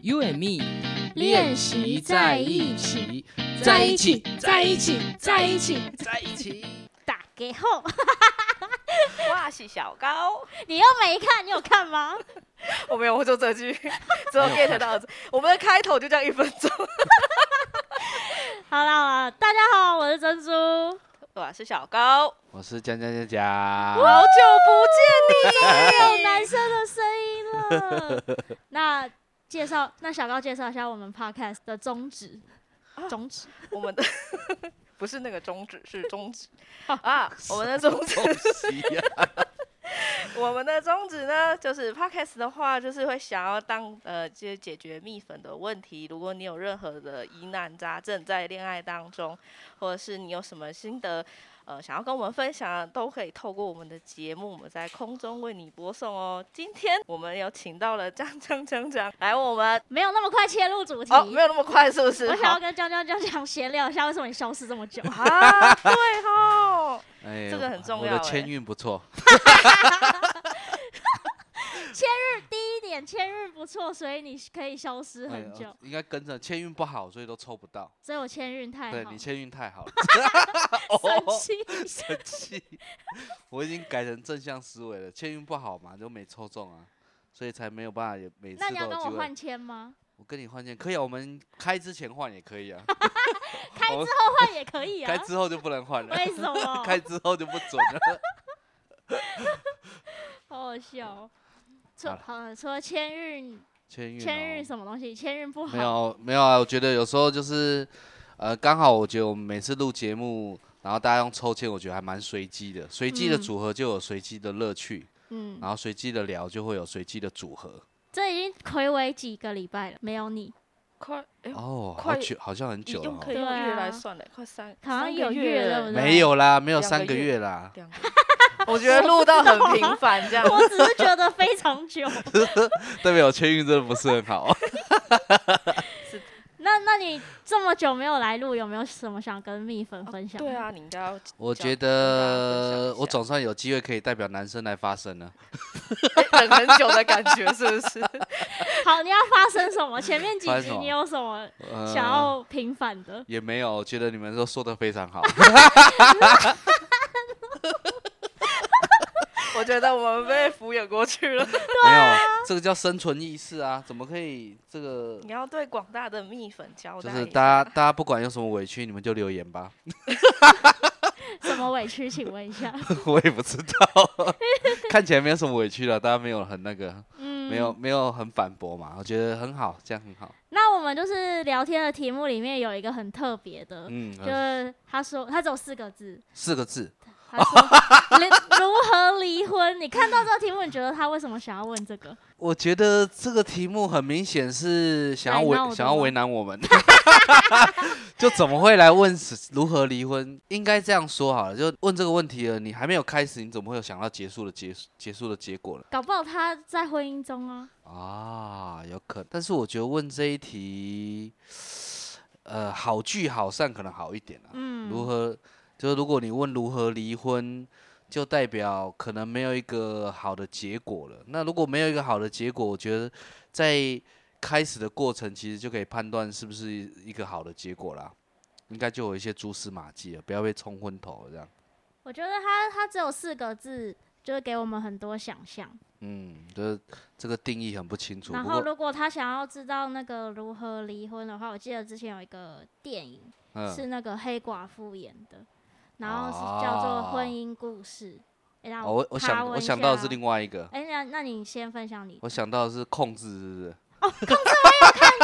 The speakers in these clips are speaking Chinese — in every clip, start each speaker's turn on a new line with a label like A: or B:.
A: You and me
B: 练习在一起，
A: 在一起，在一起，在一起，在一起。
B: 打给后，
C: 哇，是小高，
B: 你又没看，你有看吗？
C: 我没有，我就这 句，只有 get 到这。我们的开头就这样一分钟。
B: 好啦好啦，大家好，我是珍珠，
C: 哇，是小高，
A: 我是江江江江，
C: 好久 不见你。
B: 有男生的声音了。那介绍，那小高介绍一下我们 podcast 的宗旨，
C: 啊
B: 宗旨
C: 我们的 不是那个宗旨，是宗旨 啊！我们的宗旨，
A: 恭喜呀！
C: 我们的宗旨呢，就是 podcast 的话，就是会想要当呃，就是解决蜜粉的问题。如果你有任何的疑难杂症在恋爱当中，或者是你有什么心得。呃，想要跟我们分享的，都可以透过我们的节目，我们在空中为你播送哦。今天我们有请到了张张张张来我们
B: 没有那么快切入主题。
C: 哦，没有那么快，是不是？
B: 我想
C: 好
B: 要跟江江江江闲聊一下，为什么你消失这么 久？
C: 啊，对哦，
A: 哎
C: 这个很重
A: 我
C: 要
A: 的签
C: 哎
A: 运不错，
B: 第一点，签运不错，所以你可以消失
A: 哎
B: 很久，
A: 应该跟着签运不好，所以都抽不到。
B: 所以我签运太
A: 对
B: 好
A: 你，签运太好了，
B: 生气。
A: 生气。我已经改成正向思维了，签运不好嘛，就没抽中啊，所以才没有办法也每次
B: 那
A: 都
B: 你要
A: 有
B: 跟
A: 机
B: 我
A: 会
B: 换。签吗？
A: 我跟你换件可以啊，我们开之前换也可以啊，
B: 开之
A: 我
B: 后换也可以啊
A: 开。之后就不能 换了，
B: 为什么？
A: 开之后就不准了。
B: 好好笑哦。除
A: 好了
B: 好除了签运，
A: 签运
B: 签运
A: 哦
B: 什么东西？签运不好。
A: 没有没有啊，我觉得有时候就是，呃，刚好我觉得我们每次录节目，然后大家用抽签，我觉得还蛮随机的，随机的
B: 嗯
A: 组合就有随机的乐趣，
B: 嗯，
A: 然后随机的聊就会有随机的组合。
B: 这已经暌违几个礼拜了，没 有你，
C: 快，哎呦，
A: 哦，好
C: 快
A: 久，好像很
C: 你
A: 久了
C: 用可以
A: 哦。
C: 用
B: 对
C: 月来
B: 啊
C: 算的，快三，
B: 好像
C: 三个
B: 有月
C: 月
B: 对
C: 了
B: 不对
A: 没有啦，没有
C: 两
A: 三
C: 个
A: 个
C: 月，
A: 月啦
C: 两个， 我觉得录到很频繁 这样。
B: 我只是觉得非常久。
A: 代表签运真的不是很 好。
B: 那那你这么久没有来录，有没有什么想跟蜜粉分享？
C: 对，啊，你应该要。
A: 我觉
C: 跟大家分
A: 得
C: 享一
A: 我
C: 下
A: 总算有机会可以代表男生来发声了。
C: 等很久的感觉是不是？
B: 好，你要发生什么？前面几
A: 发生
B: 集
A: 什么
B: 你有什么
A: 呃
B: 想要平反的？
A: 也没有，我觉得你们都说的非常 好。
C: 我觉得我们被敷衍过去了。
A: 没有，这个叫生存意识啊，怎么可以这个？
C: 你要对广大的蜜粉交
A: 就
C: 代。
A: 是大家，大家不管有什么委屈，你们就留言吧， 呃
B: 什么委屈？请问 一下。
A: 我也不知 道，看起来没有什么委屈了，大家没有很那个，
B: 嗯，
A: 没有没有很反驳嘛，我觉得很好，这样很好，
B: 那我们就是聊天的题目里面有一个很特别的，
A: 嗯，
B: 就
A: 呃
B: 是他说他只有四个字，
A: 四个字，
B: 他说离如何离婚？你看到这个题目，你觉得他为什么想要问这个？
A: 我觉得这个题目很明显是想要
B: 来
A: 为
B: 闹的
A: 想要
B: 吗
A: 为难我们， 就怎么会来问是如何离婚？应该这样说好了，就问这个问题了，你还没有开始，你怎么会有想到结束的结结束的结果呢？
B: 搞不好他在婚姻中啊，
A: 啊，有可能，但是我觉得问这一题，呃，好聚好散可能好一点啊。
B: 嗯，
A: 如何？就是如果你问如何离婚，就代表可能没有一个好的结果了。那如果没有一个好的结果，我觉得在开始的过程其实就可以判断是不是一个好的结果啦。应该就有一些蛛丝马迹了，不要被冲昏头这样。
B: 我觉得他他只有四个字，就是给我们很多想象。
A: 嗯，就是这个定义很不清楚。
B: 然
A: 不
B: 后
A: 过，
B: 如果他想要知道那个如何离婚的话，我记得之前有一个电影、
A: 嗯，啊
B: 是那个黑寡妇演的，然后是叫做
A: 哦
B: 《婚姻故事》诶让
A: 哦，我我
B: 爬
A: 想
B: 文
A: 我
B: 一
A: 想
B: 下
A: 到的是
B: 啊
A: 另外一个，
B: 哎、那那你先分 享你的，
A: 我想到的是控制，是不是？
B: 我有看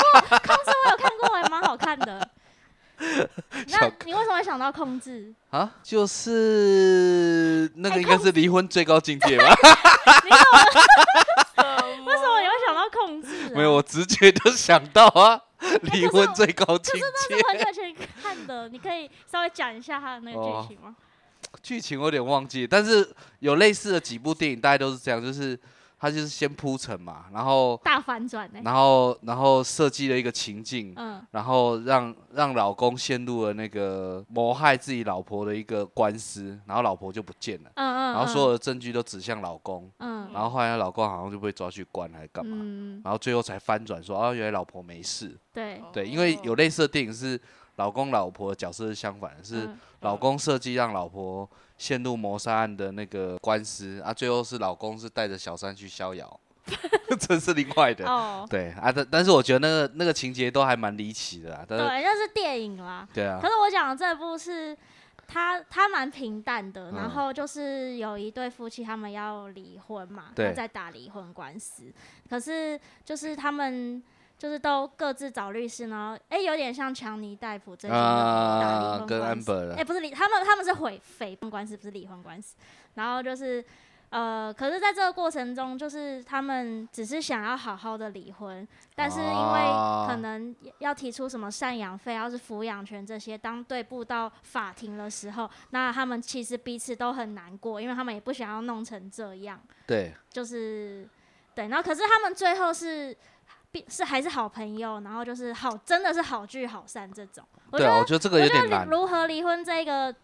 B: 过，还蛮好 看的。那
A: 小
B: 你为什么会想到控制？
A: 啊，就是那
B: 哎
A: 个应该
B: 控
A: 是离婚最高境界吧？
B: 为什么你会想到控制、啊？
A: 没有，我直觉就想到啊，离
B: 可是
A: 婚
B: 我
A: 最高境界。
B: 是 很久前看的，你可以稍微讲一下他的那
A: 哦
B: 个剧情吗？
A: 剧情我有点忘记，但是有类似的几部电影，大概都是这样，就是他就是先铺陈嘛，然后
B: 大反转呢、
A: 然后然后设计了一个情境，
B: 哎嗯，
A: 然后让让老公陷入了那个谋害自己老婆的一个官司，然后老婆就不见了，
B: 嗯嗯，
A: 然后所有
B: 嗯，
A: 的证据都指向老公，
B: 嗯，
A: 然后后来老公好像就被抓去关还是干嘛，
B: 嗯，
A: 然后最后才翻转说啊，原来老婆没事。
B: 对，
A: 对，因
B: 哦
A: 为有类似的电影是老公老婆的角色是相反的，是
B: 嗯
A: 老公设计让老婆陷入谋杀案的那个官司啊，最后是老公是带着小三去逍 遥，这是另外的。
B: 哦，
A: 对啊，但但是我觉得那个那个情节都还蛮离奇的啦，但是
B: 对，那是电影啦。
A: 对呃啊
B: 可，是我讲的这部是，它它蛮平淡的，
A: 嗯
B: 然后就是有一对夫妻他们要离婚嘛，
A: 对
B: 要在打离婚官司，可是就是他们。就是都各自找律师，然后哎、有点像强尼戴普最近的打离
A: 啊
B: 婚，
A: 跟
B: 官司，
A: Amber
B: 哎、
A: 了
B: 不是离，他们他们是毁诽谤官司，不是离婚官司。然后就是呃，可是在这个过程中，就是他们只是想要好好的离婚，但是因为可
A: 哦
B: 能要提出什么赡养费，要是抚养权这些，当对簿到法庭的时候，那他们其实彼此都很难过，因为他们也不想要弄成这样，
A: 对，
B: 就是对。然后可是他们最后是。毕是还是好朋友，然后就是好，真的是好聚好散这种。我觉
A: 对
B: 得
A: 啊，我觉得这个有
B: 我觉
A: 点
B: 得
A: 难
B: 如何离婚这个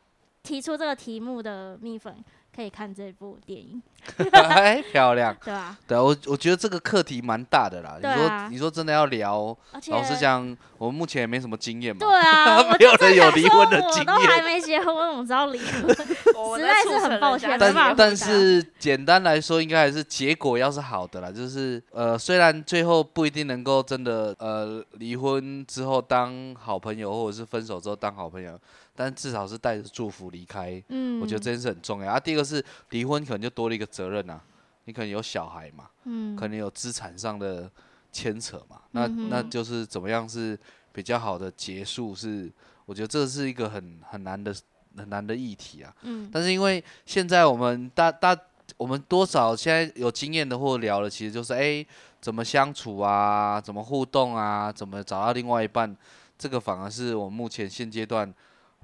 B: 提出这个题目的蜜粉可以看这部电影，
A: 哎，漂亮。
B: 对吧、
A: 对啊，我我觉得这个课题蛮大的啦。你
B: 对啊
A: 说你说真的要聊，
B: 而且
A: 老实讲，我们目前也没什么经验嘛。
B: 对啊， 我
A: 没有人
B: 正
A: 有
B: 想
A: 离
B: 说
A: 婚的经
B: 我都还
A: 验，
B: 没结婚，我怎么知道离婚？
C: 哦我们
B: 实
C: 在
B: 在
C: 促
B: 是很
C: 成
B: 抱
C: 人家
B: 歉
C: 的
B: 没办法
A: 但
C: 眼
A: 但
B: 回答
A: 是简单来说，应该还是结果要是好的啦，就是呃，虽然最后不一定能够真的呃离婚之后当好朋友，或者是分手之后当好朋友，但至少是带着祝福离开，
B: 嗯，
A: 我觉得这件事很重要啊。第一个是离婚可能就多了一个责任啊，你可能有小孩嘛，
B: 嗯
A: 可能有资产上的牵扯嘛，那、
B: 嗯哼
A: 那就是怎么样是比较好的结束是，我觉得这是一个很很难的很难的议题啊。
B: 嗯
A: 但是因为现在我们大大我们多少现在有经验的或聊的，其实就是哎、怎么相处啊，怎么互动啊，怎么找到另外一半，这个反而是我目前现阶段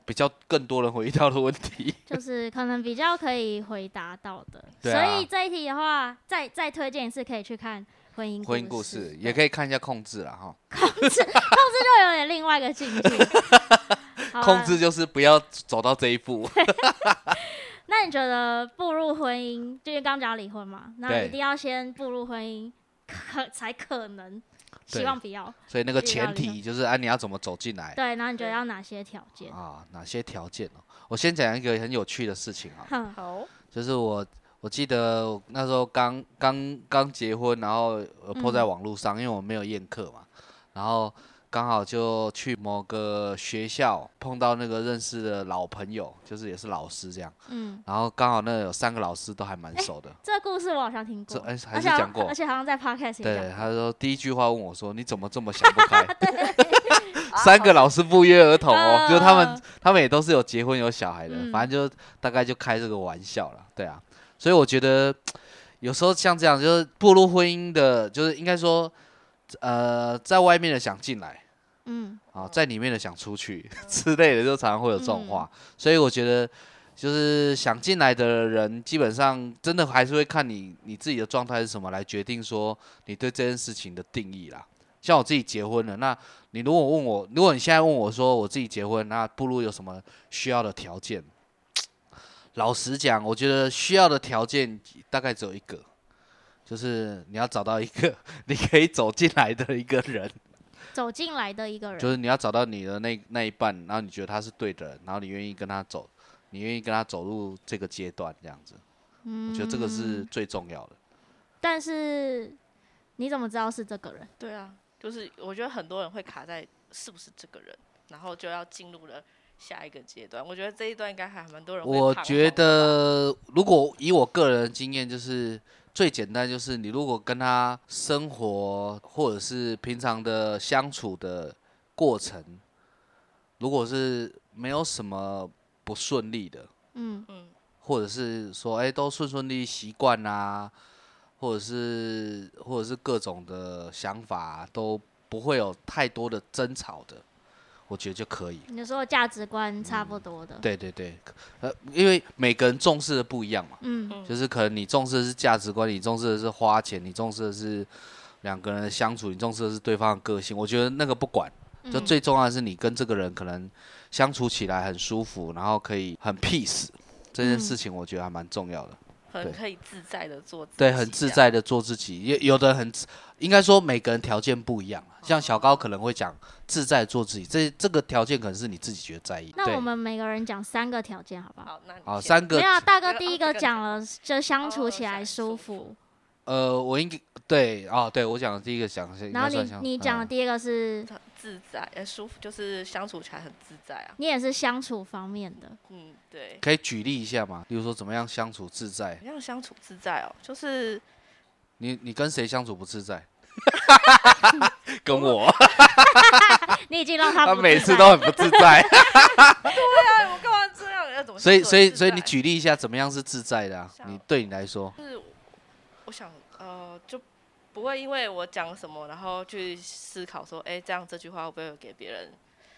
A: 比较更多人回到的问题。
B: 就是可能比较可以回答到的，
A: 对
B: 所
A: 啊
B: 以这一题的话，再再推荐一次，可以去看婚姻
A: 婚姻故事也
B: 以，
A: 可以看一下控制啦哈，
B: 这就有点另外一个境界。 好啊
A: 控制就是不要走到这一步。
B: 那你觉得步入婚姻，就是刚讲离婚嘛，那
A: 对
B: 一定要先步入婚姻，可才可能，希
A: 对
B: 望不要。
A: 所以那个
B: 遇到
A: 前
B: 理
A: 提就是啊，你要怎么走进来
B: 对，然后你觉得
C: 对
B: 要哪些条件？
A: 啊？哪些条件哦？我先讲一个很有趣的事情啊，
B: 哼，
C: 好，
A: 就是我我记得我那时候刚刚刚结婚，然后我
B: 嗯
A: 泼在网络上，因为我没有宴客嘛，然后刚好就去某个学校碰到那个认识的老朋友，就是也是老师这样，
B: 嗯，
A: 然后刚好那有三个老师都还蛮熟的，
B: 这个故事我好像听过，
A: 这哎还
B: 而
A: 是
B: 且好
A: 讲过
B: 而且好像在 podcast 也
A: 对，
B: 讲
A: 他
B: 过。
A: 说第一句话问我说：“你怎么这么想不开？”三个老师不约而同哦，就他们
B: 嗯，
A: 他们也都是有结婚有小孩的，
B: 嗯
A: 反正就大概就开这个玩笑了，对啊。所以我觉得有时候像这样，就是步入婚姻的，就是应该说，呃，在外面的想进来
B: 嗯，
A: 啊，在里面的想出去 之类的，就常常会有这种话。所以我觉得。就是想进来的人，基本上真的还是会看你你自己的状态是什么来决定说你对这件事情的定义啦。像我自己结婚了，那你如果问我，如果你现在问我说我自己结婚，那步入有什么需要的条件？老实讲，我觉得需要的条件大概只有一个，就是你要找到一个 你可以走进来的一个人，
B: 走进来的一个人，
A: 就是你要找到你的那那一半，然后你觉得他是对的人，然后你愿意跟他走，你愿意跟他走入这个阶段，这样子，我觉得这个是
B: 嗯
A: 最重要的。
B: 但是你怎么知道是这个人？
C: 对啊，就是我觉得很多人会卡在是不是这个人，然后就要进入了下一个阶段。我觉得这一段应该还蛮多人会
A: 我
C: 彷
A: 觉
C: 徨的吧
A: 得，如果以我个人的经验，就是最简单，就是你如果跟他生活或者是平常的相处的过程，如果是没有什么不顺利的，
B: 嗯
C: 嗯，
A: 或者是说哎、都顺顺利利习惯啊，或者是或者是各种的想法、都不会有太多的争吵的，我觉得就可以。
B: 你说价值观差不多的，
A: 对对对，呃，因为每个人重视的不一样嘛，
B: 嗯，
C: 嗯
A: 就是可能你重视的是价值观，你重视的是花钱，你重视的是两个人的相处，你重视的是对方的个性。我觉得那个不管，就
B: 嗯
A: 最重要的是你跟这个人可能相处起来很舒服，然后可以很 peace，这件
B: 嗯
A: 事情我觉得还蛮重要的。
C: 很
A: 对
C: 可以自在的做自己，啊
A: 对，很自。在的做自己。也有的很自，应该说每个人条件不一样啊。像小高可能会讲自在做自己，这这个条件可能是你自己觉得在意。
B: 那
A: 对
B: 我，们每个人讲三个条件好不好？
C: 好，那你
A: 好，
C: 先
A: 三个
B: 没有啊，大
C: 这
B: 哥
C: 个
B: 第
C: 哦
B: 一
C: 这
B: 个
C: 个
B: 讲了，就相处
C: 哦
B: 起
C: 起
B: 来
C: 来
B: 舒
C: 舒
B: 服
C: 服。
A: 呃，我应该对哦，对我讲的第一个想是应
B: 然后
A: 该算
B: 你
A: 像，
B: 你讲的
A: 嗯
B: 第一个是，
C: 自在，呃，舒服，就是相处起来很自在啊。
B: 你也是相处方面的，
C: 嗯，对。
A: 可以举例一下嘛？比如说怎么样相处自在？
C: 怎么样相处自在哦？就是
A: 你你跟谁相处不自在？ 跟我，
B: 你已经让 他
A: 他
B: 不
A: 每
B: 自
A: 次
B: 在
A: 都很不自在，
C: 哎，我干嘛这样？要怎
A: 所
C: 么相
A: 以
C: 处
A: 所以
C: 自
A: 所以你
C: 在
A: 举例一下怎么样是自在的啊？你对你来说，
C: 就是我我想呃，就不会因为我讲什么，然后去思考说，哎、这样这句话会不会有给别人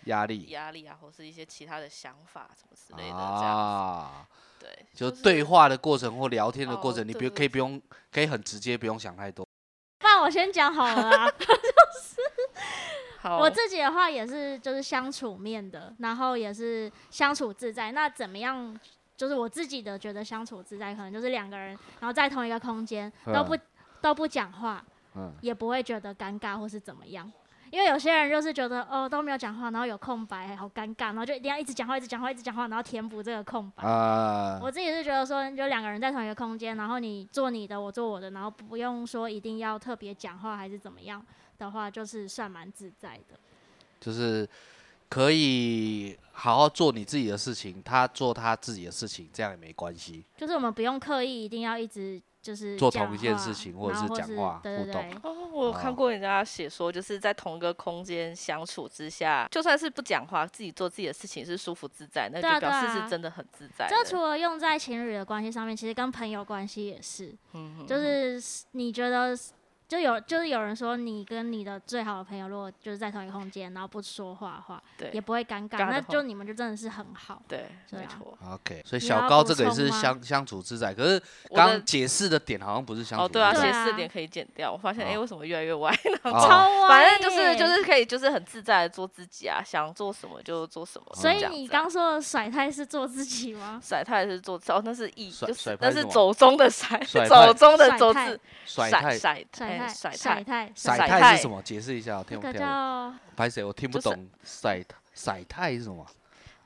A: 压力
C: 压力啊，或是一些其他的想法什么之类的，这样、
A: 啊
C: 对，
A: 就是对话的过程或聊天的过
C: 哦
A: 程，你
C: 对
A: 不
C: 对
A: 可以不用，可以很直接，不用想太多。
B: 不然我先讲好了 啊。
C: 好，
B: 我自己的话也是，就是相处面的，然后也是相处自在。那怎么样？就是我自己的觉得相处自在，可能就是两个人，然后在同一个空间都不、都不讲话，
A: 嗯，
B: 也不会觉得尴尬或是怎么样。因为有些人就是觉得哦都没有讲话，然后有空白，好尴尬，然后就一定要一直讲话，一直讲话，一直讲话，然后填补这个空白。
A: 啊，
B: 我自己是觉得说，就两个人在同一个空间，然后你做你的，我做我的，然后不用说一定要特别讲话还是怎么样的话，就是算蛮自在的。
A: 就是可以好好做你自己的事情，他做他自己的事情，这样也没关系。
B: 就是我们不用刻意一定要一直就是
A: 做
B: 讲
A: 同一件
B: 话
A: 事情或者
B: 然
A: 是
B: 后
A: 讲话
B: 对
A: 互
B: 对
A: 动
B: 对，
C: 哦，我有
A: 啊
C: 看过人家写说，就是在同一个空间相处之下，就算是不讲话，自己做自己的事情是舒服自在，那
B: 对啊
C: 就表
B: 对
C: 示
B: 啊
C: 是真的很自在的。
B: 这除了用在情侣的关系上面，其实跟朋友关系也是，
C: 嗯哼
B: 就是你觉得就有就是有人说你跟你的最好的朋友，如果就是在同一个空间，然后不说话的话，也
C: 对
B: 不会尴尬，
C: 尬的
B: 那
C: 话
B: 就你们就真的是很好。
C: 对，
B: 对
C: 没
B: 啊
C: 错。
A: OK，所以
B: 你
A: 小
B: 要
A: 高
B: 补
A: 这个也
B: 充
A: 是
B: 吗
A: 相相处自在，可是
C: 我的
A: 刚解释的点好像不是相处
C: 哦，
A: 自
C: 对
A: 在。
C: 啊，
B: 对
C: 写
B: 啊
C: 四点可以剪掉。我发现，哎、
A: 哦
C: 为什么越来越歪？
A: 哦
B: 超
C: 反
B: 歪
C: 正就是就
B: 耶
C: 是可以，就是很自在的做自己啊，想做什么就做什么。
B: 所
C: 这
B: 以
C: 样
B: 你
C: 子啊
B: 刚说的甩太是做自己吗？
C: 甩太是做哦，那是意，
A: 甩
C: 就
A: 甩
C: 是
A: 太
C: 那
A: 是
C: 是
A: 什么
C: 走中的甩，
A: 甩太
C: 走中的
B: 甩
C: 走
B: 太
C: 字
A: 甩
C: 太
A: 太
B: 甩太
C: 甩哎甩
B: 甩
C: 太
B: 太
A: 甩
C: 甩
A: 太
C: 太
A: 是什么？解释一下，我听
B: 那
A: 不
B: 个
A: 听得懂？
B: 叫
A: 拍谁？我听不
C: 就是
A: 懂甩甩太是什么？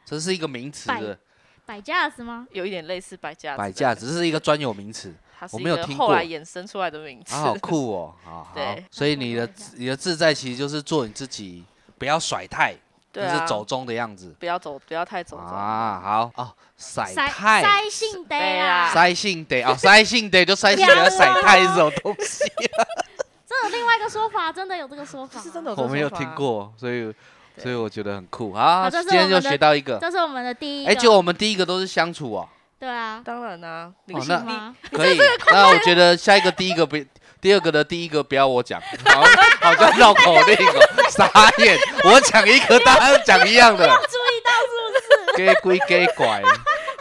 A: 这是一个名词，
B: 摆
A: 是不是
B: 摆架子吗？
C: 有一点类似摆架子的，
A: 摆架，只是一个专有名词。
C: 它是
A: 我
C: 一
A: 没有
C: 个
A: 听
C: 后来
A: 过
C: 衍生出来的 名词。
A: 啊，好酷哦！好好
C: 对，
A: 所以你的
B: 那我
A: 你的自在其实就是做你自己，不要甩太，就
C: 对啊，
A: 是走中的样子
C: 不要走，不要太走中。
A: 啊。好哦，甩
B: 塞
A: 太
B: 塞性得
C: 对
B: 啦
C: 啦，
A: 塞性得啊，塞性得就塞性得，甩太是什么东西？
B: 这有另外一个说法，真的有这个说法，
C: 是真的。有这
A: 我
C: 个
A: 没有
C: 说
A: 听
C: 法啊，
A: 过，所以
C: 对
A: 所以我觉得很酷啊。
B: 好这是
A: 今天
B: 我们
A: 就
B: 的
A: 学到一个，
B: 这是我们的第一个，
A: 哎，就我们第一个都是相处哦，
B: 对啊，
C: 当然啦，你
A: 哦
C: 你
A: 那
C: 你
B: 吗？
A: 可以。那我觉得下一个第一个不，第二个的第一个不要我 讲，好像好像绕口令哦，傻眼！我讲一个，大家都讲一样的。
B: 注意到是不是？
A: 给归给 拐，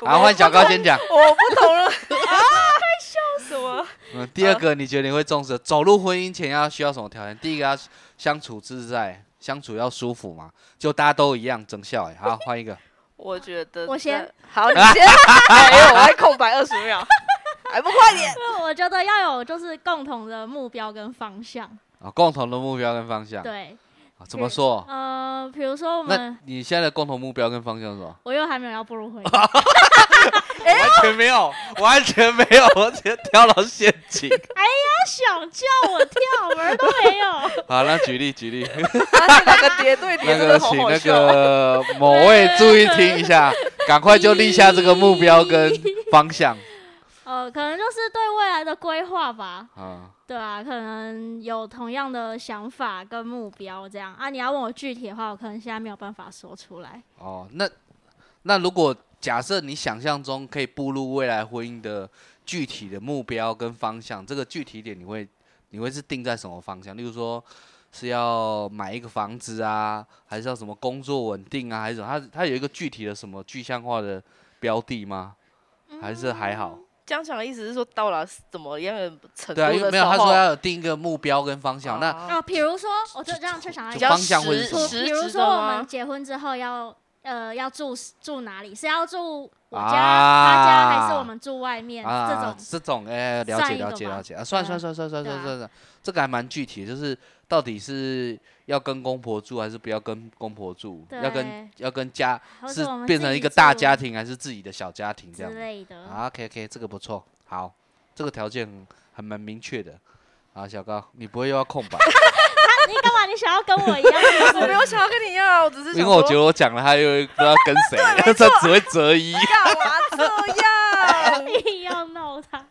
A: 好，换小高先讲。
C: 我不同 了啊！快笑死我！
A: 嗯，第二个你觉得你会重视走入婚姻前要需要什么条件？第一个要相处自在，相处要舒服嘛，就大家都一样，整笑哎。好，换一 个。
C: 我觉得
B: 我
C: 这
B: 先
C: 好，你 先，哎呦，我还空白二十 秒，还不快点！
B: 因为我觉得要有就是共同的目标跟方向，
A: 啊，共同的目标跟方向。
B: 对，
A: 啊怎么说？
B: 呃，比如说我
A: 那
B: 们，
A: 你现在的共同目标跟方向是什么？
B: 我又还没有要步入婚 姻，
A: 完全没有，完全没有，我直接跳到陷阱。
B: 他想叫我跳门儿都没有，
A: 好，那举例举 例，
C: 啊那个叠对叠
A: 那
C: 哎真的
A: 个
C: 好
A: 请
C: 好
A: 那
C: 笑。
A: 个某位注意听一下，赶快就立下这个目标跟方向
B: 呃，可能就是对未来的规划吧，
A: 啊。
B: 对啊，可能有同样的想法跟目标这样啊。你要问我具体的话，我可能现在没有办法说出来。
A: 哦，那那如果假设你想象中可以步入未来婚姻的具体的目标跟方向，这个具体点你会你会是定在什么方向？例如说是要买一个房子啊，还是要什么工作稳定啊，还是什么？它它有一个具体的什么具象化的标的吗？还是还好？
C: 江强的意思是说到了怎么样的程度
A: 对啊，因为
C: 嗯的哦
A: 没
C: 时
A: 有，他说
C: 候，
A: 要有定一个目标跟方向。那
B: 啊，
C: 那
B: 比如说，我就这样就想到一
A: 就
C: 比
B: 个
C: 较
A: 方向会是
C: 实
A: 什么
B: 比
C: 实
B: 比如
C: 质的
B: 说我们
C: 吗？
B: 结婚之后要呃要住住哪里？是要住我家、他家，
A: 啊
B: 还是我们住外面？这
A: 啊
B: 种，
A: 这种哎、了
B: 算
A: 解
B: 一个
A: 了解
B: 吧
A: 了解啊，算
B: 对啊
A: 算算算算
B: 对
A: 算
B: 啊
A: 算算，这个还蛮具体的，就是到底是要跟公婆住还是不要跟公婆住，要跟
B: 对
A: 要跟家
B: 或
A: 是
B: 者我们
A: 变
B: 自
A: 成一
B: 己
A: 个大
B: 住
A: 家庭还是自己的小家庭这样
B: 之
A: 子。
B: 类的。
A: 啊，OK OK，这个不错，好，这个条件很还蛮明确的。好，小高，你不会又要空 白，
B: 你干嘛？你想要跟我 一样？是不
C: 我
B: 是
C: 没有想要跟你一样啊，我只是
A: 因为
C: 想
A: 我
C: 说
A: 觉得我讲了，他又不知道跟谁了， 他只会择一。
C: 干嘛这样？
B: 硬要闹 他。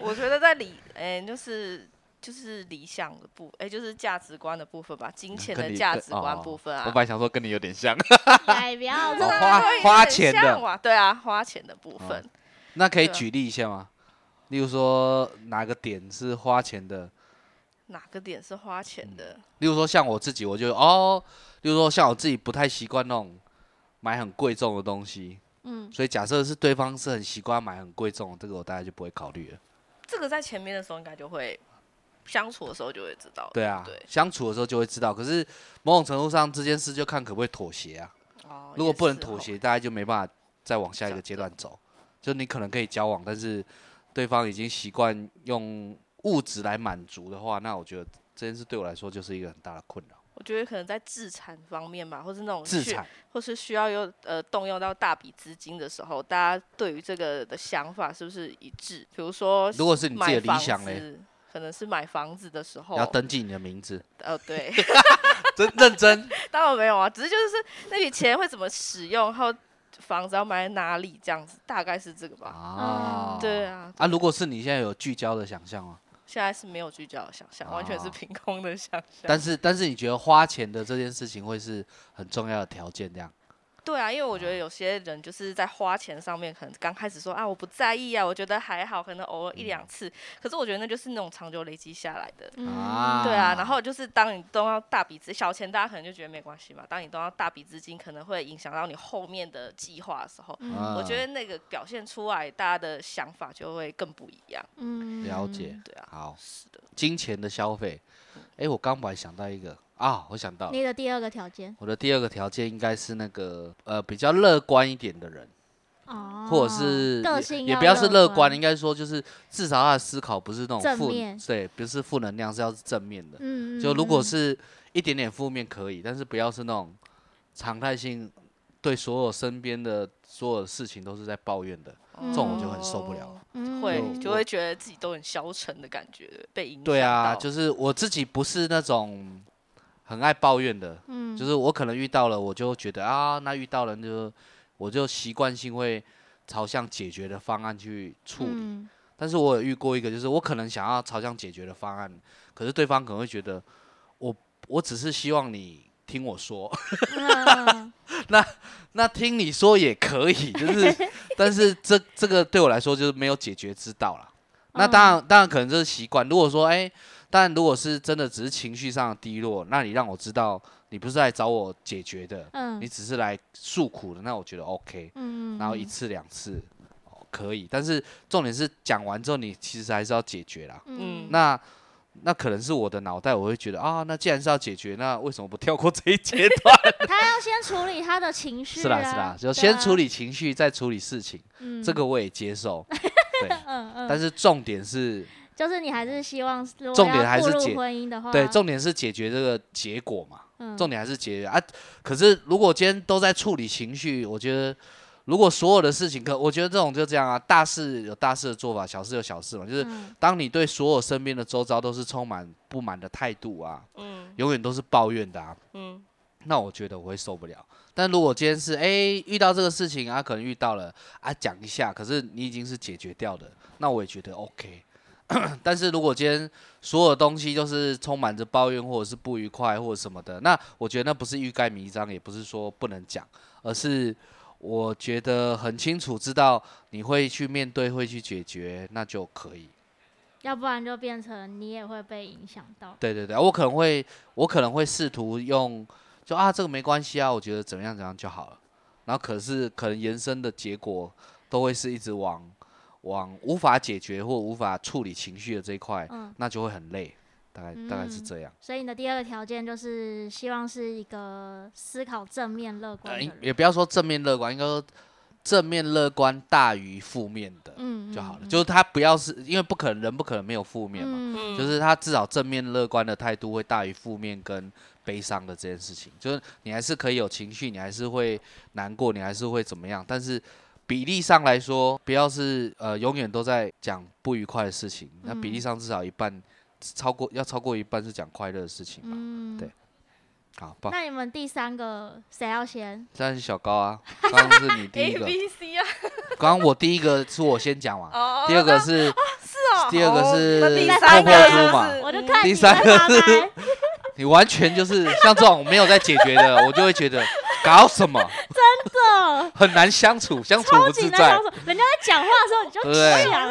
C: 我觉得在理，哎、就是就是理想的部，哎、就是价值观的部分吧，金钱
A: 跟
C: 的
A: 你
C: 价
A: 跟
C: 值观
A: 哦
C: 部分
A: 我
C: 啊
A: 本。来想说跟你有点像，
B: 哎，不 要
A: 好
B: 这
C: 真的
A: 花
C: 会有
A: 花
C: 点
A: 钱的嗯
C: 像啊，对啊，花钱的部分，
A: 那可以
C: 对啊
A: 举例一下吗？例如说哪个点是花钱的？
C: 哪个点是花
A: 嗯
C: 钱的？
A: 例如说像我自己，我就哦，例如说像我自己不太习惯那种买很贵重的东西，
B: 嗯，
A: 所以假设是对方是很习惯买很贵重的，这个我大概就不会考虑了。
C: 这个在前面的时候应该就会相处的时候就会知道了。
A: 对啊，
C: 对
A: 相处的时候就会知道。可是某种程度上，这件事就看可不可以妥协啊。
C: 哦，
A: 如
C: 也
A: 果不能
C: 是
A: 妥
C: 吼
A: 协，大家就没办法再往下一个阶段走。就你可能可以交往，但是对方已经习惯用物质来满足的话，那我觉得这件事对我来说就是一个很大的困扰。
C: 我觉得可能在自产方面吧，或是那种
A: 自
C: 需
A: 产，
C: 或是需要有呃动用到大笔资金的时候，大家对于这个的想法是不是一致？比如说，
A: 如果是你自己的理想嘞，
C: 嘞，可能是买房子的时候
A: 你要，登记你的名字，
C: 呃，对，
A: 真认 真。
C: 当然没有啊，只是就是那笔钱会怎么使用，然后房子要买在哪里，这样子大概是这个吧。
A: 啊，
C: 对。啊，
A: 啊，如果是你现在有聚焦的想象吗？
C: 现在是没有聚焦的想象，完全
A: 哦
C: 是凭空的想象。
A: 但是但是你觉得花钱的这件事情会是很重要的条件，这样？
C: 对啊，因为我觉得有些人就是在花钱上面，可能刚开始说啊我不在意啊，我觉得还好，可能偶尔一两次。可是我觉得那就是那种长久累积下来的。
A: 啊
C: 对啊，然后就是当你动到大笔资小钱，大家可能就觉得没关系嘛。当你动到大笔资金，可能会影响到你后面的计划的时候，
B: 嗯
A: 啊
C: 我觉得那个表现出来，大家的想法就会更不一样。
B: 嗯
A: 了解。
C: 对啊，
A: 好，
C: 是的，
A: 金钱的消费。哎、我刚本来想到一个啊，我想到了
B: 嗯你的第二个条件
A: 我的第二个条件应该是那个呃比较乐观一点的人，
B: 哦，
A: 或者是
B: 个
A: 也
B: 性
A: 也
B: 要
A: 不要是乐观，
B: 观
A: 应，该说就是至少他的思考不是那种
B: 正
A: 负
B: 面
A: 对，不是负能量，是要是正面的。
B: 嗯，
A: 就如果
B: 嗯
A: 是一点点负面可以，但是不要是那种常态性对所有身边的所有事情都是在抱怨的。
C: 嗯
B: 这
A: 种我就很受不了
C: 哦
B: 嗯
C: 会
A: 有
C: 就
A: 我
C: 会觉得自己都很消沉的感觉，被影响
A: 对啊，
C: 到
A: 就是我自己不是那种很爱抱怨的，
B: 嗯
A: 就是我可能遇到了，我就觉得啊，那遇到了就我就习惯性会朝向解决的方案去处理。
B: 嗯
A: 但是我有遇过一个，就是我可能想要朝向解决的方案，可是对方可能会觉得我我只是希望你听我说，
B: 嗯
A: 那听你说也可 以，就是，但是这这个对我来说就是没有解决之道啦。
B: 哦
A: 那当然，当然可能这是习惯。如果说，哎、当然如果是真的只是情绪上的低落，那你让我知道你不是来找我解决的，你
B: 嗯
A: 只是来诉苦的，那我觉得 OK。
B: 嗯，
A: 然后一次两次、哦、可以，但是重点是讲完之后，你其实还是要解决啦。
B: 嗯
A: 那那可能是我的脑袋，我会觉得啊，那既然是要解决，那为什么不跳过这一阶段？
B: 他要先处理他的情绪啊，
A: 是啦是啦，就先处
B: 理
A: 理情绪，再处理事情，这个我也接 受。对，
B: 嗯嗯，
A: 但是重点是，
B: 就是你还是希望如果
A: 重点
B: 要
A: 还
B: 步
A: 是
B: 入
A: 解
B: 婚姻的话，
A: 对，重点是解决这个结果嘛。
B: 啊嗯
A: 重点还是解决啊。可是如果今天都在处理情绪，我觉得如果所有的事情，可我觉得这种就这样啊，大事有大事的做法，小事有小事嘛。就是
B: 嗯
A: 当你对所有身边的周遭都是充满不满的态度啊，
C: 嗯
A: 永远都是抱怨的啊，
C: 嗯，
A: 那我觉得我会受不了。但如果今天是哎、遇到这个事情啊，可能遇到了啊讲一下，可是你已经是解决掉的，那我也觉得 OK。但 是如果今天所有东西都是充满着抱怨或者是不愉快或者什么的，那我觉得那不是欲盖弥彰，也不是说不能讲，而是我觉得很清楚知道你会去面对，会去解决，那就可以。
B: 要不然就变成你也会被影响到。
A: 对对对，我可能会，我可能会试图用，就啊，这个没关系啊，我觉得怎么样怎么样就好了。然后可是可能延伸的结果都会是一直往往无法解决或无法处理情绪的这一块，
B: 嗯，
A: 那就会很累，大概大概是
B: 嗯
A: 这样。
B: 所以你的第二个条件就是希望是一个思考正面乐观
A: 呃，
B: 的
A: 应
B: 人。
A: 也不要说正面乐观，应该说正面乐观大于负面的
B: 嗯，
A: 就好了。
B: 嗯
A: 就是他不要是因为不可能人不可能没有负面嘛，
B: 嗯
C: 嗯
A: 就是他至少正面乐观的态度会大于负面跟悲伤的这件事情。就是你还是可以有情绪，你还是会难过，你还是会怎么样，但是。比例上来说，不要是呃永远都在讲不愉快的事情，那比例
B: 嗯
A: 上至少一半，超过要超过一半是讲快乐的事情吧。
B: 嗯
A: 对好，不，
B: 那你们第三个谁要先？
A: 但是小高啊，刚刚是你第一
C: ，A
A: 个，
C: B C 啊，
A: 刚刚我第一个是我先讲嘛，
C: 哦，
A: 第二个是
C: 哦
A: 第二个
C: 哦
A: 是
C: 那第
B: 那
C: 三
B: 泡
C: 个
B: 泡
C: 就
A: 猪
C: 是
A: 嘛
C: 嗯
B: 我就看
A: 第
B: 你
A: 三
B: 在
A: 个
B: 发
A: 是
B: 呆。
A: 你完全就是像这种没有在解决的，我就会觉得搞什么，真
B: 哦
A: 的很难相处，相处不
B: 自己
A: 自
B: 在
A: 在
B: 想，什么？人家在讲话的时候你就
A: 对不对
B: 讲，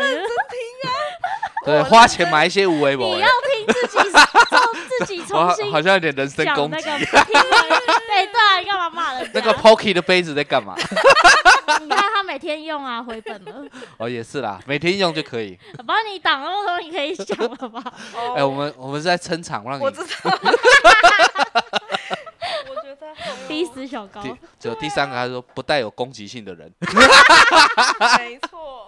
A: 对，
C: 我
A: 花
C: 认
A: 钱
C: 真
A: 买一些无为
B: 你
A: 博
B: 要，听自己 重自己
A: 我
B: 重
A: 好
B: 新
A: 好像有点人身
B: 讲
A: 攻
B: 那
A: 击。
B: 个拼文。 对对啊，你干嘛骂人家？
A: 那个 Pocky 的杯子在干嘛？
B: 你看他每天用啊，回本了。
A: 哦，也是啦，每天用就可以。
B: 我帮你挡那么多，你可以讲了吧？
C: 哦
A: 哎，我们我们是在撑场，让你
C: 我知道。 我觉得还有
B: 逼死小高。
A: 第就第三个，他说不带有攻击性的人， 不
C: 没错，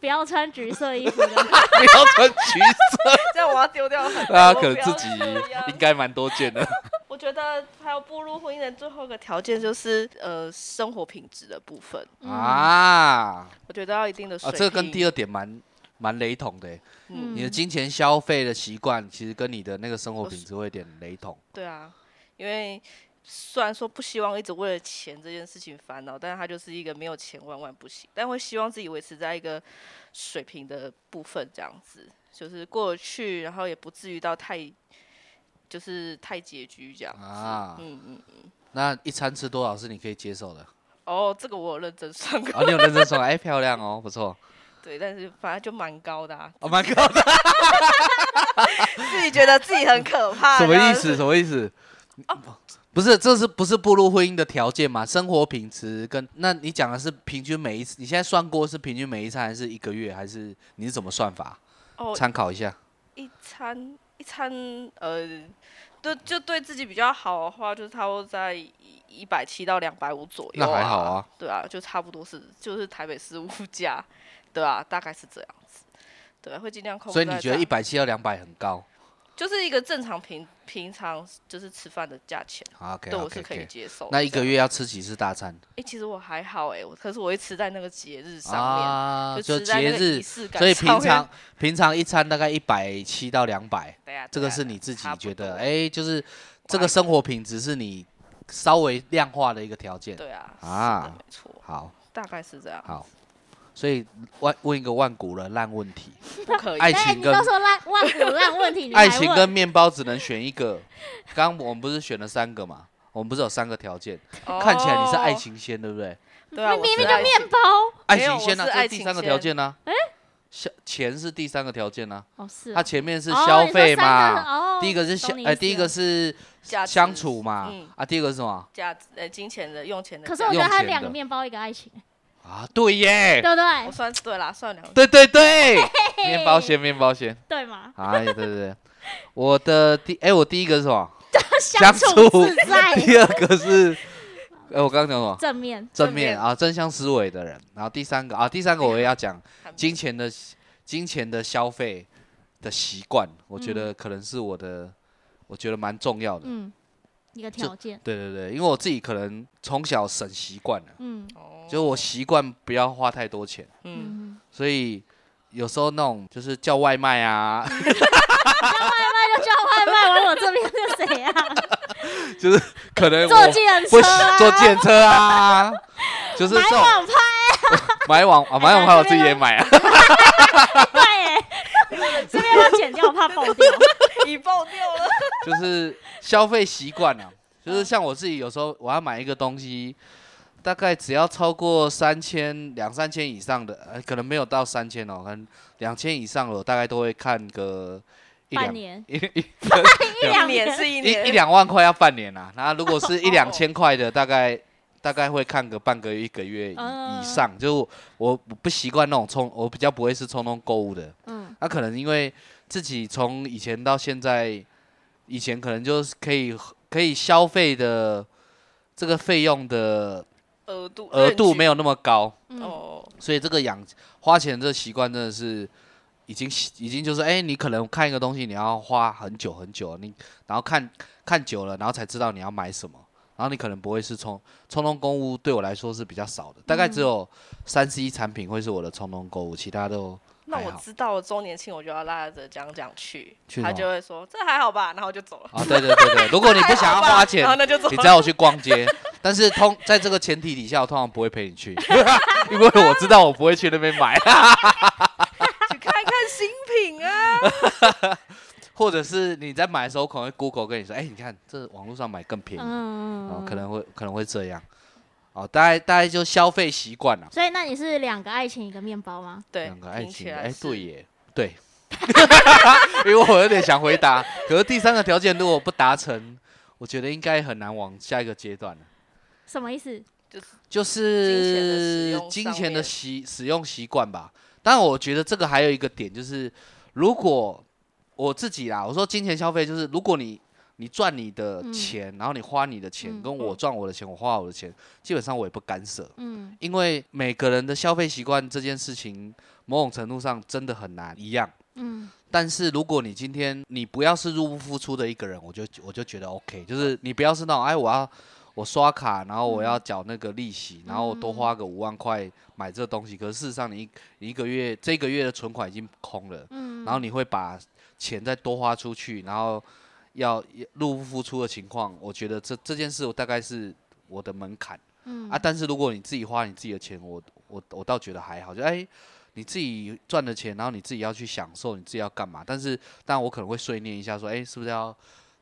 B: 不要穿橘色衣服的。
A: 要穿橘色，
C: 这样我要丢掉很多。
A: 大家
C: 我
A: 啊可能
C: 不要
A: 自己
C: 这样
A: 应该蛮多见的。
C: 我觉得还有步入婚姻的最后一个条件就是呃生活品质的部分，
B: 嗯，
A: 啊
C: 我觉得要一定的水
A: 啊，
C: 平。
A: 这个跟第
C: 二，
A: 二点蛮蛮雷同的欸。
C: 嗯，
A: 你的金钱消费的习惯，其实跟你的那个生活品质会有点雷同。
C: 对啊，因为虽然说不希望一直为了钱这件事情烦恼，但是他就是一个没有钱万万不行，但会希望自己维持在一个水平的部分，这样子就是过得去，然后也不至于到太就是太拮据这样子。
A: 啊
C: 嗯嗯嗯。
A: 那一餐吃多少是你可以接受的？
C: 哦，这个我有认真算过，
A: 啊，你有认真说，哎，漂亮哦，不错，
C: 对，但是反正就蛮高的啊，
A: 哦，蛮高 的，
C: 自己觉得自己很可怕。
A: 什么
C: 这样
A: 意
C: 子
A: 思？什么意思？
C: 哦
A: 不是，这是不是步入婚姻的条件嘛？生活品质跟那你讲的是平均每一次，你现在算过是平均每一餐，还是一个月，还是你是怎么算法？
C: 哦，
A: 参考一下。
C: 一餐一餐，呃，对，就对自己比较好的话，就是差不多在一百七到两百五左右、
A: 那还好啊，
C: 对啊，就差不多是就是台北市物价，对啊，大概是这样子，对、啊，会尽量控制
A: 所以
C: 在这
A: 你
C: 样。
A: 觉得一百七到两百很高
C: 就是一个正常平平常就是吃饭的价钱，啊
A: 好？OK
C: 对我
A: OK
C: 是可以
A: OK。
C: 接受的这样。
A: 那一个月要吃几次大餐
C: 哎、其实我还好哎、我可是我会吃在那个节日上面，
A: 啊？
C: 就
A: 就
C: 吃在
A: 节
C: 那个
A: 日
C: 仪式感
A: 所以
C: 上
A: 平
C: 面
A: 常平常一餐大概一百七到两百，
C: 对啊，
A: 这
C: 对
A: 个
C: 啊
A: 是你自己
C: 差不
A: 觉得，
C: 多
A: 哎、就是这个生活品质是你稍微量化的一个条件。
C: 对啊，
A: 啊
C: 啊，没错，
A: 好，
C: 大概是这样，
A: 好，所以万问一个万古的烂问题，
C: 不可以
A: 爱
B: 哎，
A: 情
B: 你
A: 跟
B: 都说烂万古烂问题，你还
A: 爱
B: 问
A: 情跟面包只能选一个。刚我们不是选了三个嘛？我们不是有三个条件？看起来你是爱，情仙，对不对？
C: 哦对啊，
B: 明
C: 我是
B: 明就
C: 爱情
B: 面包。
A: 爱
C: 没有
A: 情仙呢、
C: 我是
A: 啊，这是
C: 爱
A: 第
C: 情
A: 三个
C: 仙
A: 条件呢、啊？消钱是第三个条件呢、
B: 哦，是
A: 啊，
B: 哦
A: 它前面是
B: 哦
A: 消
B: 你说
A: 费
B: 三
A: 嘛，
B: 哦
A: 第一个是消
B: 懂你，意
A: 呃，
B: 思
A: 第一个
B: 了
A: 是
C: 价值
A: 相处嘛，
C: 嗯
A: 啊，第二个是什么？
C: 价值呃金钱的用钱的价
B: 可
C: 值，
B: 是我觉得
A: 用
B: 他
A: 钱
B: 两个
A: 的
B: 面包一个爱情，
A: 啊，对耶
B: 对，不
C: 我
B: 对？
C: 算对啦，算两个，
A: 对对对，面包先，面包先，
B: 对嘛？
A: 哎，对对对，我的第，哎，我第一个是什么？
B: 相
A: 处
B: 处自在，
A: 第二个是，哎，我刚刚讲什么？
B: 正面。
A: 正
C: 正
A: 面
C: 面
A: 啊，正向思维的人。然后第三个啊，第三个我也要讲
C: 还没
A: 金钱的金钱的消费的习惯，我觉得可能是我的，我觉得蛮重要的。
B: 嗯，一个条件，
A: 对对对，因为我自己可能从小省习惯了，
B: 嗯
C: 哦
A: 就是我习惯不要花太多钱。
C: 嗯，
B: 嗯，
A: 所以有时候那种就是叫外卖 啊，哎
B: 那就叫外卖往我这边是谁啊？
A: 可能
B: 坐
A: 我
B: 计程
A: 不
B: 车
A: 是
B: 啊，
A: 坐电车啊， 就是这
B: 买
A: 种
B: 网拍，
A: 买网啊买网拍我自己也 买啊，
B: 对，欸 这边要剪掉，怕爆掉。
C: 已爆掉了，
A: 就是消费习惯啊，就是像我自己有时候我要买一个东西，大概只要超过三千、两三千以上的，呃，可能没有到三千哦，可能两千以上了，我大概都会看个一
B: 半
A: 两
B: 年
A: 一一
B: 一两
C: 年是 一年，
A: 一一两万块要半年啦、那如果 是一两千块的，大概大概会看个半个月、一个月以
B: 嗯
A: 以上。就是我我不习惯那种冲，我比较不会是冲动购物的。
B: 嗯，
A: 那、可能因为自己从以前到现在，以前可能就是可以可以消费的这个费用的
C: 额度
A: 额度没
C: 有
A: 有那么高，
B: 嗯
C: 哦，
A: 所以这个养花钱这个习惯真的是已经习已经就是哎、你可能看一个东西你要花很久很久，你然后看看久了，然后才知道你要买什么，然后你可能不会是冲冲动购物，对我来说是比较少的，大概只有三 C 产品会是我的冲动购物，其他都
C: 那
A: 还
C: 我
A: 好
C: 知道了周年庆，我就要拉着蒋蒋去，
A: 去
C: 他
A: 什么
C: 就会说这还好吧，然后就走了。
A: 啊，对对对对，如果你不想要
C: 还好吧
A: 花钱
C: 然后，那就走
A: 你
C: 了。
A: 叫我去逛街， 但是通在这个前提底下，我通常不会陪你去， 因为我知道我不会去那边买，
C: 去看看新品啊！
A: 或者是你在买的时候可能会 Google 跟你说，哎、你看这网络上买更便宜，啊、
B: 嗯，
A: 可能会可能会这样，哦，大概大概就消费习惯了，
B: 所以那你是两个爱情一个面包吗？
C: 对，
A: 两个爱
C: 听起
A: 情，
C: 来
A: 哎、
C: 是
A: 对耶，对， 因为我有点想回答，可是第三个条件如果不达成，我觉得应该很难往下一个阶段了。
B: 什么意思？
A: 就
C: 金钱的使
A: 是
C: 用
A: 金
C: 上
A: 钱的
C: 面
A: 习使用习惯吧。但我觉得这个还有一个点就是，如果我自己啦，我说金钱消费就是，如果你你赚你的
B: 嗯
A: 钱，然后你花你的钱，
B: 嗯
A: 跟
C: 嗯
A: 我赚我的钱，我花我的钱，基本上我也不干涉，
B: 嗯
A: 因为每个人的消费习惯这件事情，某种程度上真的很难一样。
B: 嗯
A: 但是如果你今天你不要是入不敷出的一个人，我就我就觉得 OK，就是你不要是那种哎我要我刷卡，然后我要缴那个利息，然后我多花个五万块买这东西，可是事实上你一你一个月这个月的存款已经空了，
B: 嗯，
A: 然后你会把钱再多花出去，然后要入不敷出的情况，我觉得这这件事我大概是我的门槛。
B: 嗯
A: 啊，但是如果你自己花你自己的钱，我我我倒觉得还好，就哎、你自己赚的钱，然后你自己要去享受，你自己要干嘛？但是，但我可能会碎念一下，说，哎、是不是要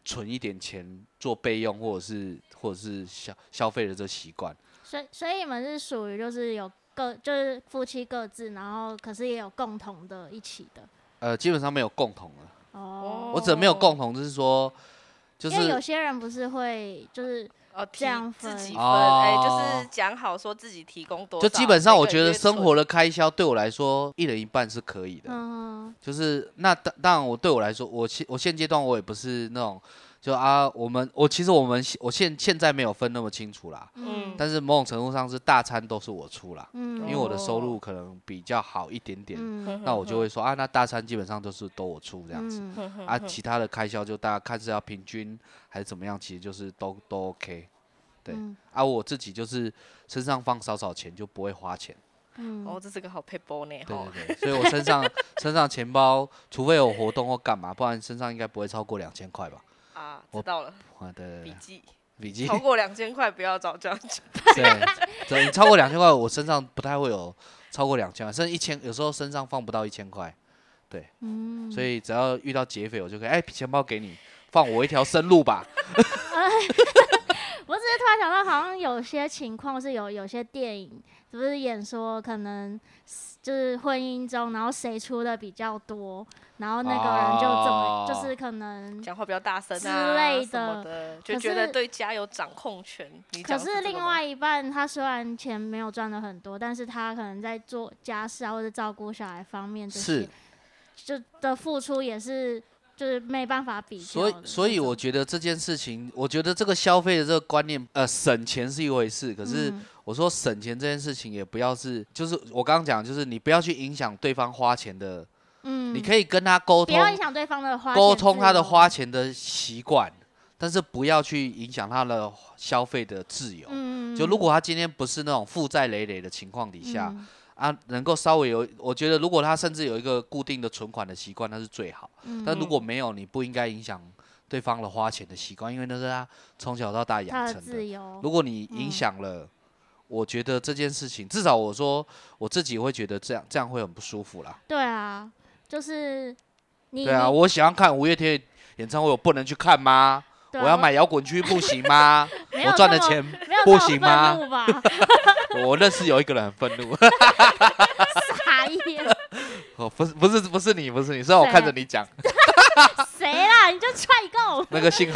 A: 存一点钱做备用，或者是或者是消消费的这习惯？
B: 所以所以你们是属于就是有各就是夫妻各自，然后可是也有共同的一起的
A: 呃，基本上没有共同了。
B: 哦。
A: 我指的没有共同，就是说，就
B: 因为有
A: 是
B: 些人不是会就是
C: 哦，
B: 这样
C: 提自己分，
A: 哦
C: 哎、就是讲好说自己提供
B: 啊
C: 多少，
A: 就基本上，我
C: 这个
A: 觉得
C: 约
A: 生
C: 存
A: 活的开销对我来说，一人一半是可以的。
B: 嗯
A: 就是那当当然，我对我来说，我现我现阶段我也不是那种就啊，我们我其实我们现我现现在没有分那么清楚啦，
B: 嗯
A: 但是某种程度上是大餐都是我出啦，
B: 嗯，
A: 因为我的收
C: 哦
A: 入可能比较好一点点，
B: 嗯
A: 那我就会说啊，那大餐基本上都是都我出这样子，
B: 嗯
A: 啊，其他的开销就大家看是要平均还是怎么样，其实就是都都 OK。对
B: 嗯
A: 啊，我自己就是身上放少少钱就不会花钱，
B: 嗯
C: 哦，这是个好 paper 呢，
A: 对
C: 吼
A: 对对，所以我身上身上钱包，除非有活动或干嘛，不然身上应该不会超过两千块吧？
C: 啊，
A: 我
C: 知道了，
A: 啊，对对
C: 笔
A: 对，
C: 记，
A: 笔记
C: 超过两千块不要找这样子，
A: 对，对，你超过两千块，我身上不太会有超过两千块，甚至一千，有时候身上放不到一千块，
B: 嗯，
A: 所以只要遇到劫匪，我就可以哎，钱包给你，放我一条生路 吧。
B: 我只是突然想到，好像有些情况是有有些电影，是不是演说可能是就是婚姻中，然后谁出的比较多，然后那个人就怎么、就
A: 哦
B: 是可能。
C: 讲话比较大声啊
B: 之类
C: 什么
B: 的
C: 的，就
B: 可
C: 觉得
B: 是
C: 对家有掌控权。你
B: 可
C: 讲
B: 是
C: 这个
B: 另
C: 吗
B: 外一半，他虽然钱没有赚的很多，但是他可能在做家事啊，或者照顾小孩方面这
A: 是
B: 些，，就的付出也是就是没办法比较
A: 所以
B: 的
A: 所以
B: 这
A: 我
B: 种
A: 觉得这件事情，我觉得这个消费的这个观念，呃，省钱是一回事，可是
B: 嗯
A: 我说省钱这件事情也不要是，就是我刚刚讲，就是你不要去影响对方花钱的，
B: 嗯，
A: 你可以跟他沟
B: 不
A: 通，
B: 要影响对方的花
A: 沟
B: 钱
A: 通
B: 自
A: 他的
B: 由
A: 花钱的习惯，但是不要去影响他的消费的自由。
B: 嗯，
A: 就如果他今天不是那种负债累累的情况底
B: 一
A: 下、啊，能够稍微有，我觉得如果他甚至有一个固定的存款的习惯，那是最好。
B: 嗯
A: 但如果没有，你不应该影响对方的花钱的习惯，因为那是他从小到大
B: 他
A: 养
B: 的
A: 成
B: 自
A: 的。
B: 由，
A: 如果你影
B: 嗯
A: 响了，我觉得这件事情，至少我说我自己会觉得这样这样会很不舒服啦。
B: 对啊，就是你
A: 对啊，
B: 你
A: 我想要看五月天的演唱会，我不能去看吗？
B: 对啊
A: 我要买摇滚区不行吗？
B: 没
A: 我
B: 有
A: 赚
B: 这
A: 的
B: 么
A: 钱
B: 没有有
A: 不
B: 到
A: 行
B: 愤
A: 吗
B: 怒吧？
A: 我认识有一个人很愤怒，
B: 傻眼，
A: 哦，不是不是不是你，不是你，虽然我看着你讲，
B: 谁啦？你就踹够，
A: 那个姓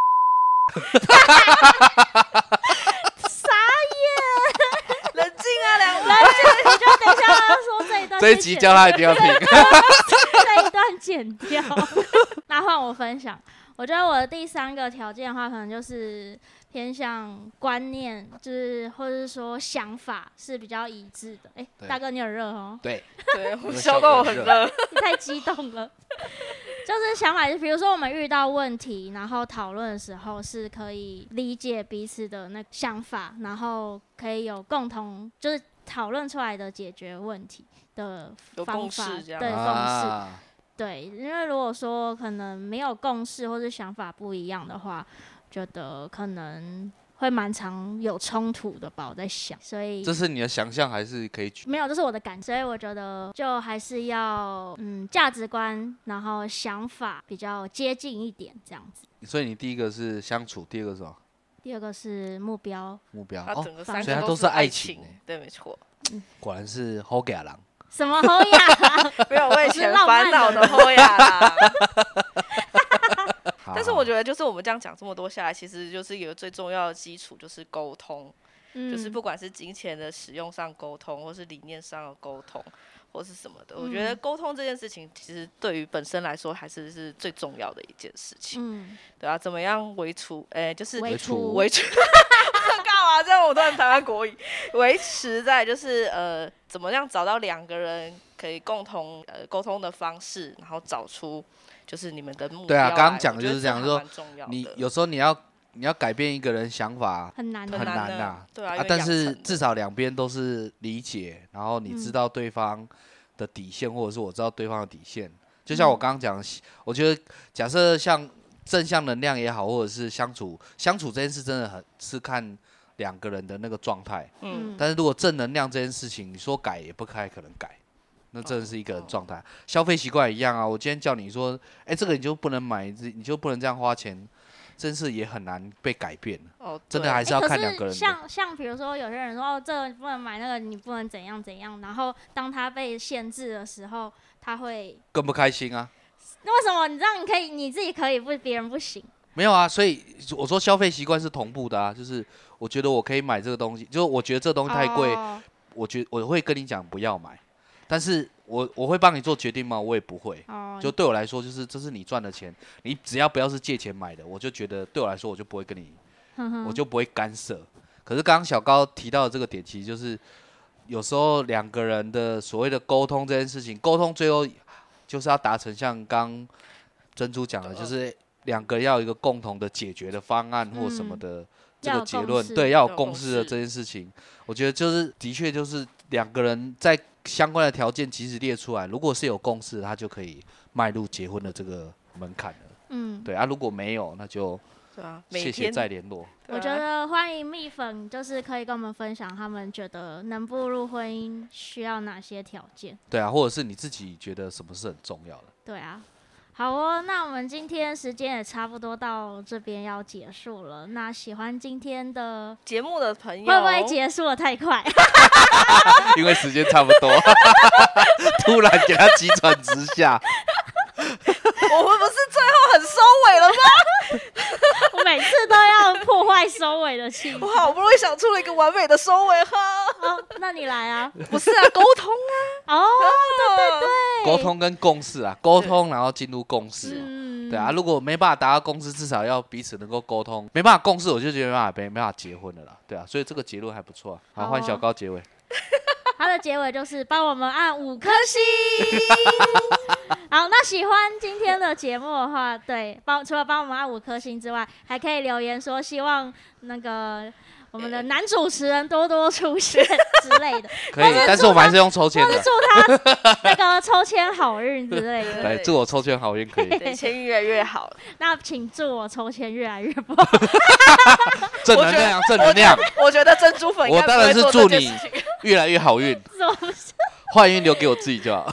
B: 傻眼。
C: 冷静啊，两位。
B: 来，这你就等一下要说这一段，
A: 这一集教他一定 要听，
B: 这一段剪 掉。那换我分享，我觉得我的第三个条件的话，可能就是偏向观念，就是或者是说想法是比较一致的。哎、
A: 对
B: 大哥，你有热哦，
A: 对，
C: 对，我
A: 们
C: 笑
A: 笑
C: 到
A: 得
C: 我
A: 很
C: 很
A: 热
C: 热。
B: 你太激动了。 就是想法，就比如说我们遇到问题，然后讨论的时候是可以理解彼此的那个想法，然后可以有共同就是讨论出来的解决问题的
C: 有
B: 方
C: 共
B: 法，
C: 识这样
B: 对共识。
A: 啊，
B: 对，因为如果说可能没有共识或是想法不一样的话，觉得可能会蛮常有冲突的吧。我在想，所以
A: 这是你的想象还是可以举？
B: 没有，这是我的感，所以我觉得就还是要嗯价值观，然后想法比较接近一点这样子。
A: 所以你第一个是相处，第二个是什么
B: 第二个是目标，
A: 目标？
C: 他
A: 哦，
C: 啊整个三
B: 所以
C: 个
B: 他
A: 都
C: 是
A: 是
C: 爱
A: 爱情欸
C: 对，没错。
A: 果然是 h o g a 狼，
B: 什 么侯 雅
C: 没有，我以
B: 是
C: 前
B: 浪
C: 烦
B: 漫
C: 恼
B: 的
C: 的后呀啦。
A: 好
C: 但是
A: 好
C: 我觉得，就是我们这样讲这么多下来，其实就是有个最重要的基础，就是沟通。就是
B: 嗯
C: 不管是金钱的使用上沟通，或是理念上的沟通，或是什么的，我觉得
B: 嗯
C: 沟通这件事情，其实对于本身来说，还是是最重要的一件事情。
B: 嗯，
C: 对啊，怎么样维持？哎、就是
B: 维
A: 除
B: 除
C: 维 持。干嘛？这样我突然台湾国语，维持在就是呃，怎么样找到两个人可以共同呃沟通的方式，然后找出就是你们的目
A: 对
C: 标来。
A: 啊刚刚讲
C: 我
A: 的
C: 觉
A: 就是这
C: 得
A: 样
C: 还
A: 说
C: 蛮重要
A: 你
C: 的
A: 有时候你要你要改变一个人想法
B: 很难
A: 很
B: 的，
C: 难的
A: 呐，
C: 对啊因为
A: 但
C: 养
A: 是
C: 成的
A: 至少两边都是理解，然后你知
B: 嗯
A: 道对方的底线，或者是我知道对方的底线。就像我
B: 嗯
A: 刚刚讲的，我觉得假设像正向能量也好，或者是相处相处这件事，真的很是看两个人的那个状态。
C: 嗯，
A: 但是如果正能量这件事情，你说改也不太可能改，那真的是一个人
C: 哦
A: 状态。消费习惯也一样啊，我今天叫你说，哎、这个你就不能买，这你就不能这样花钱，真是也很难被改变。
C: 哦，
A: 真的
C: 对
A: 还是要
B: 哎可
A: 看两个人
B: 是
A: 的
B: 像像比如说，有些人说哦，这个不能买，那个你不能怎样怎样。然后当他被限制的时候，他会
A: 更不开心啊。
B: 那为什么你这样你可以你自己可以不，别人不行？
A: 没有啊，所以我说消费习惯是同步的啊，就是我觉得我可以买这个东西，就是我觉得这东西太贵，
B: 哦
A: 我觉我会跟你讲不要买，但是我我会帮你做决定吗？我也不会。
B: 哦，
A: 就对我来说，就是这是你赚的钱，你只要不要是借钱买的，我就觉得对我来说，我就不会跟你，
B: 哼哼
A: 我就不会干涉。可是刚刚小高提到的这个点，其实就是有时候两个人的所谓的沟通这件事情，沟通最后就是要达成像刚珍珠讲的，
C: 呃
A: 就是两个要有一个共同的解决的方案或什么
B: 嗯
A: 的这
B: 要
A: 个
B: 有
A: 结
B: 共
A: 论，
B: 识
A: 对，要
C: 要有
A: 有共
C: 共
A: 识的
C: 识
A: 这件事情，我觉得就是的确就是两个人在相关的条件即使列出来，如果是有共识，他就可以迈入结婚的这个门槛了。
B: 嗯，
A: 对啊，如果没有，那就
C: 对啊，每
A: 谢谢
C: 天
A: 再联络。
C: 对
B: 我觉
C: 啊
B: 得欢迎蜜粉，就是可以跟我们分享他们觉得能步入婚姻需要哪些条件。
A: 对啊，或者是你自己觉得什么是很重要的。
B: 对啊，好哦，那我们今天时间也差不多到这边要结束了。那喜欢今天的。
C: 节目的朋友
B: 会不会结束的太快？
A: 因为时间差不多， 突然给他急转直下。
C: 我们不是最后很收尾了吗？
B: 我每次都要破坏收尾的 气
C: 我
B: 氛。
C: 好不容易想出了一个完美的收尾哈。
B: 哦，那你来啊！
C: 不是啊，沟通啊，
B: 哦，
C: 对对对，
A: 沟通跟共识啊，沟通然后进入共识嘛。
B: 嗯，
A: 对啊，，如果没办法达到共识，至少要彼此能够沟通。没办法共识，我就觉得没办法没没办法结婚了啦。对啊，所以这个结论还不错啊、好，
B: 好
A: 换
B: 哦
A: 小高结尾。
B: 它的结尾就是帮我们按五颗
C: 可惜。
B: 好，那喜欢今天的节目的话，对，帮除了帮我们按五颗星之外，还可以留言说希望那个我们的男主持人多多出现之类的，
A: 可以，但是我们还是用抽签
B: 或是
A: 的。
B: 祝他那个抽签好运之类的。
A: 来，祝我抽签好运可以。
C: 对，签越来越好了。
B: 那请祝我抽签越来越不好。
A: 正
C: 我
A: 能
C: 觉得
A: 量，啊正能量，
C: 我觉得珍珠粉应
A: 我
C: 该
A: 当
C: 不
A: 然
C: 会
A: 是
C: 做
A: 祝
C: 这件
A: 你
C: 事情。
A: 越来越好运，
B: 是我们
A: 坏运留给我自己就好。
C: 好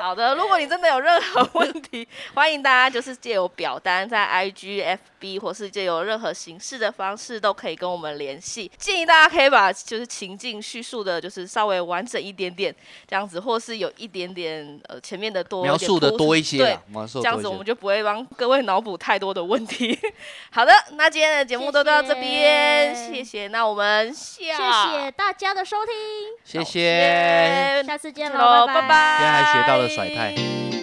C: 好的，如果你真的有任何问题，欢迎大家就是借由表单在 IG、FB 或是借由任何形式的方式都可以跟我们联系。建议大家可以把就是情境叙述的，就是稍微完整一点点，这样子，或是有一点点呃前面的多
A: 描
C: 一点
A: 述的
C: 铺
A: 多
C: 陈
A: 一些
C: 对
A: 啦，，描述
C: 这
A: 得
C: 样
A: 多一
C: 子我
A: 些
C: 们就不会帮各位脑补太多的问题。 好的，那今天的节目都到这边，
B: 谢谢
C: 谢谢。那我们
B: 谢
C: 下
B: 谢大家的收听，
A: 谢
C: 好
A: 谢。
B: 下次见喽，
C: 喽，
B: 拜
C: 嗯拜
B: 拜。
A: 今天还学到了甩太
C: 拜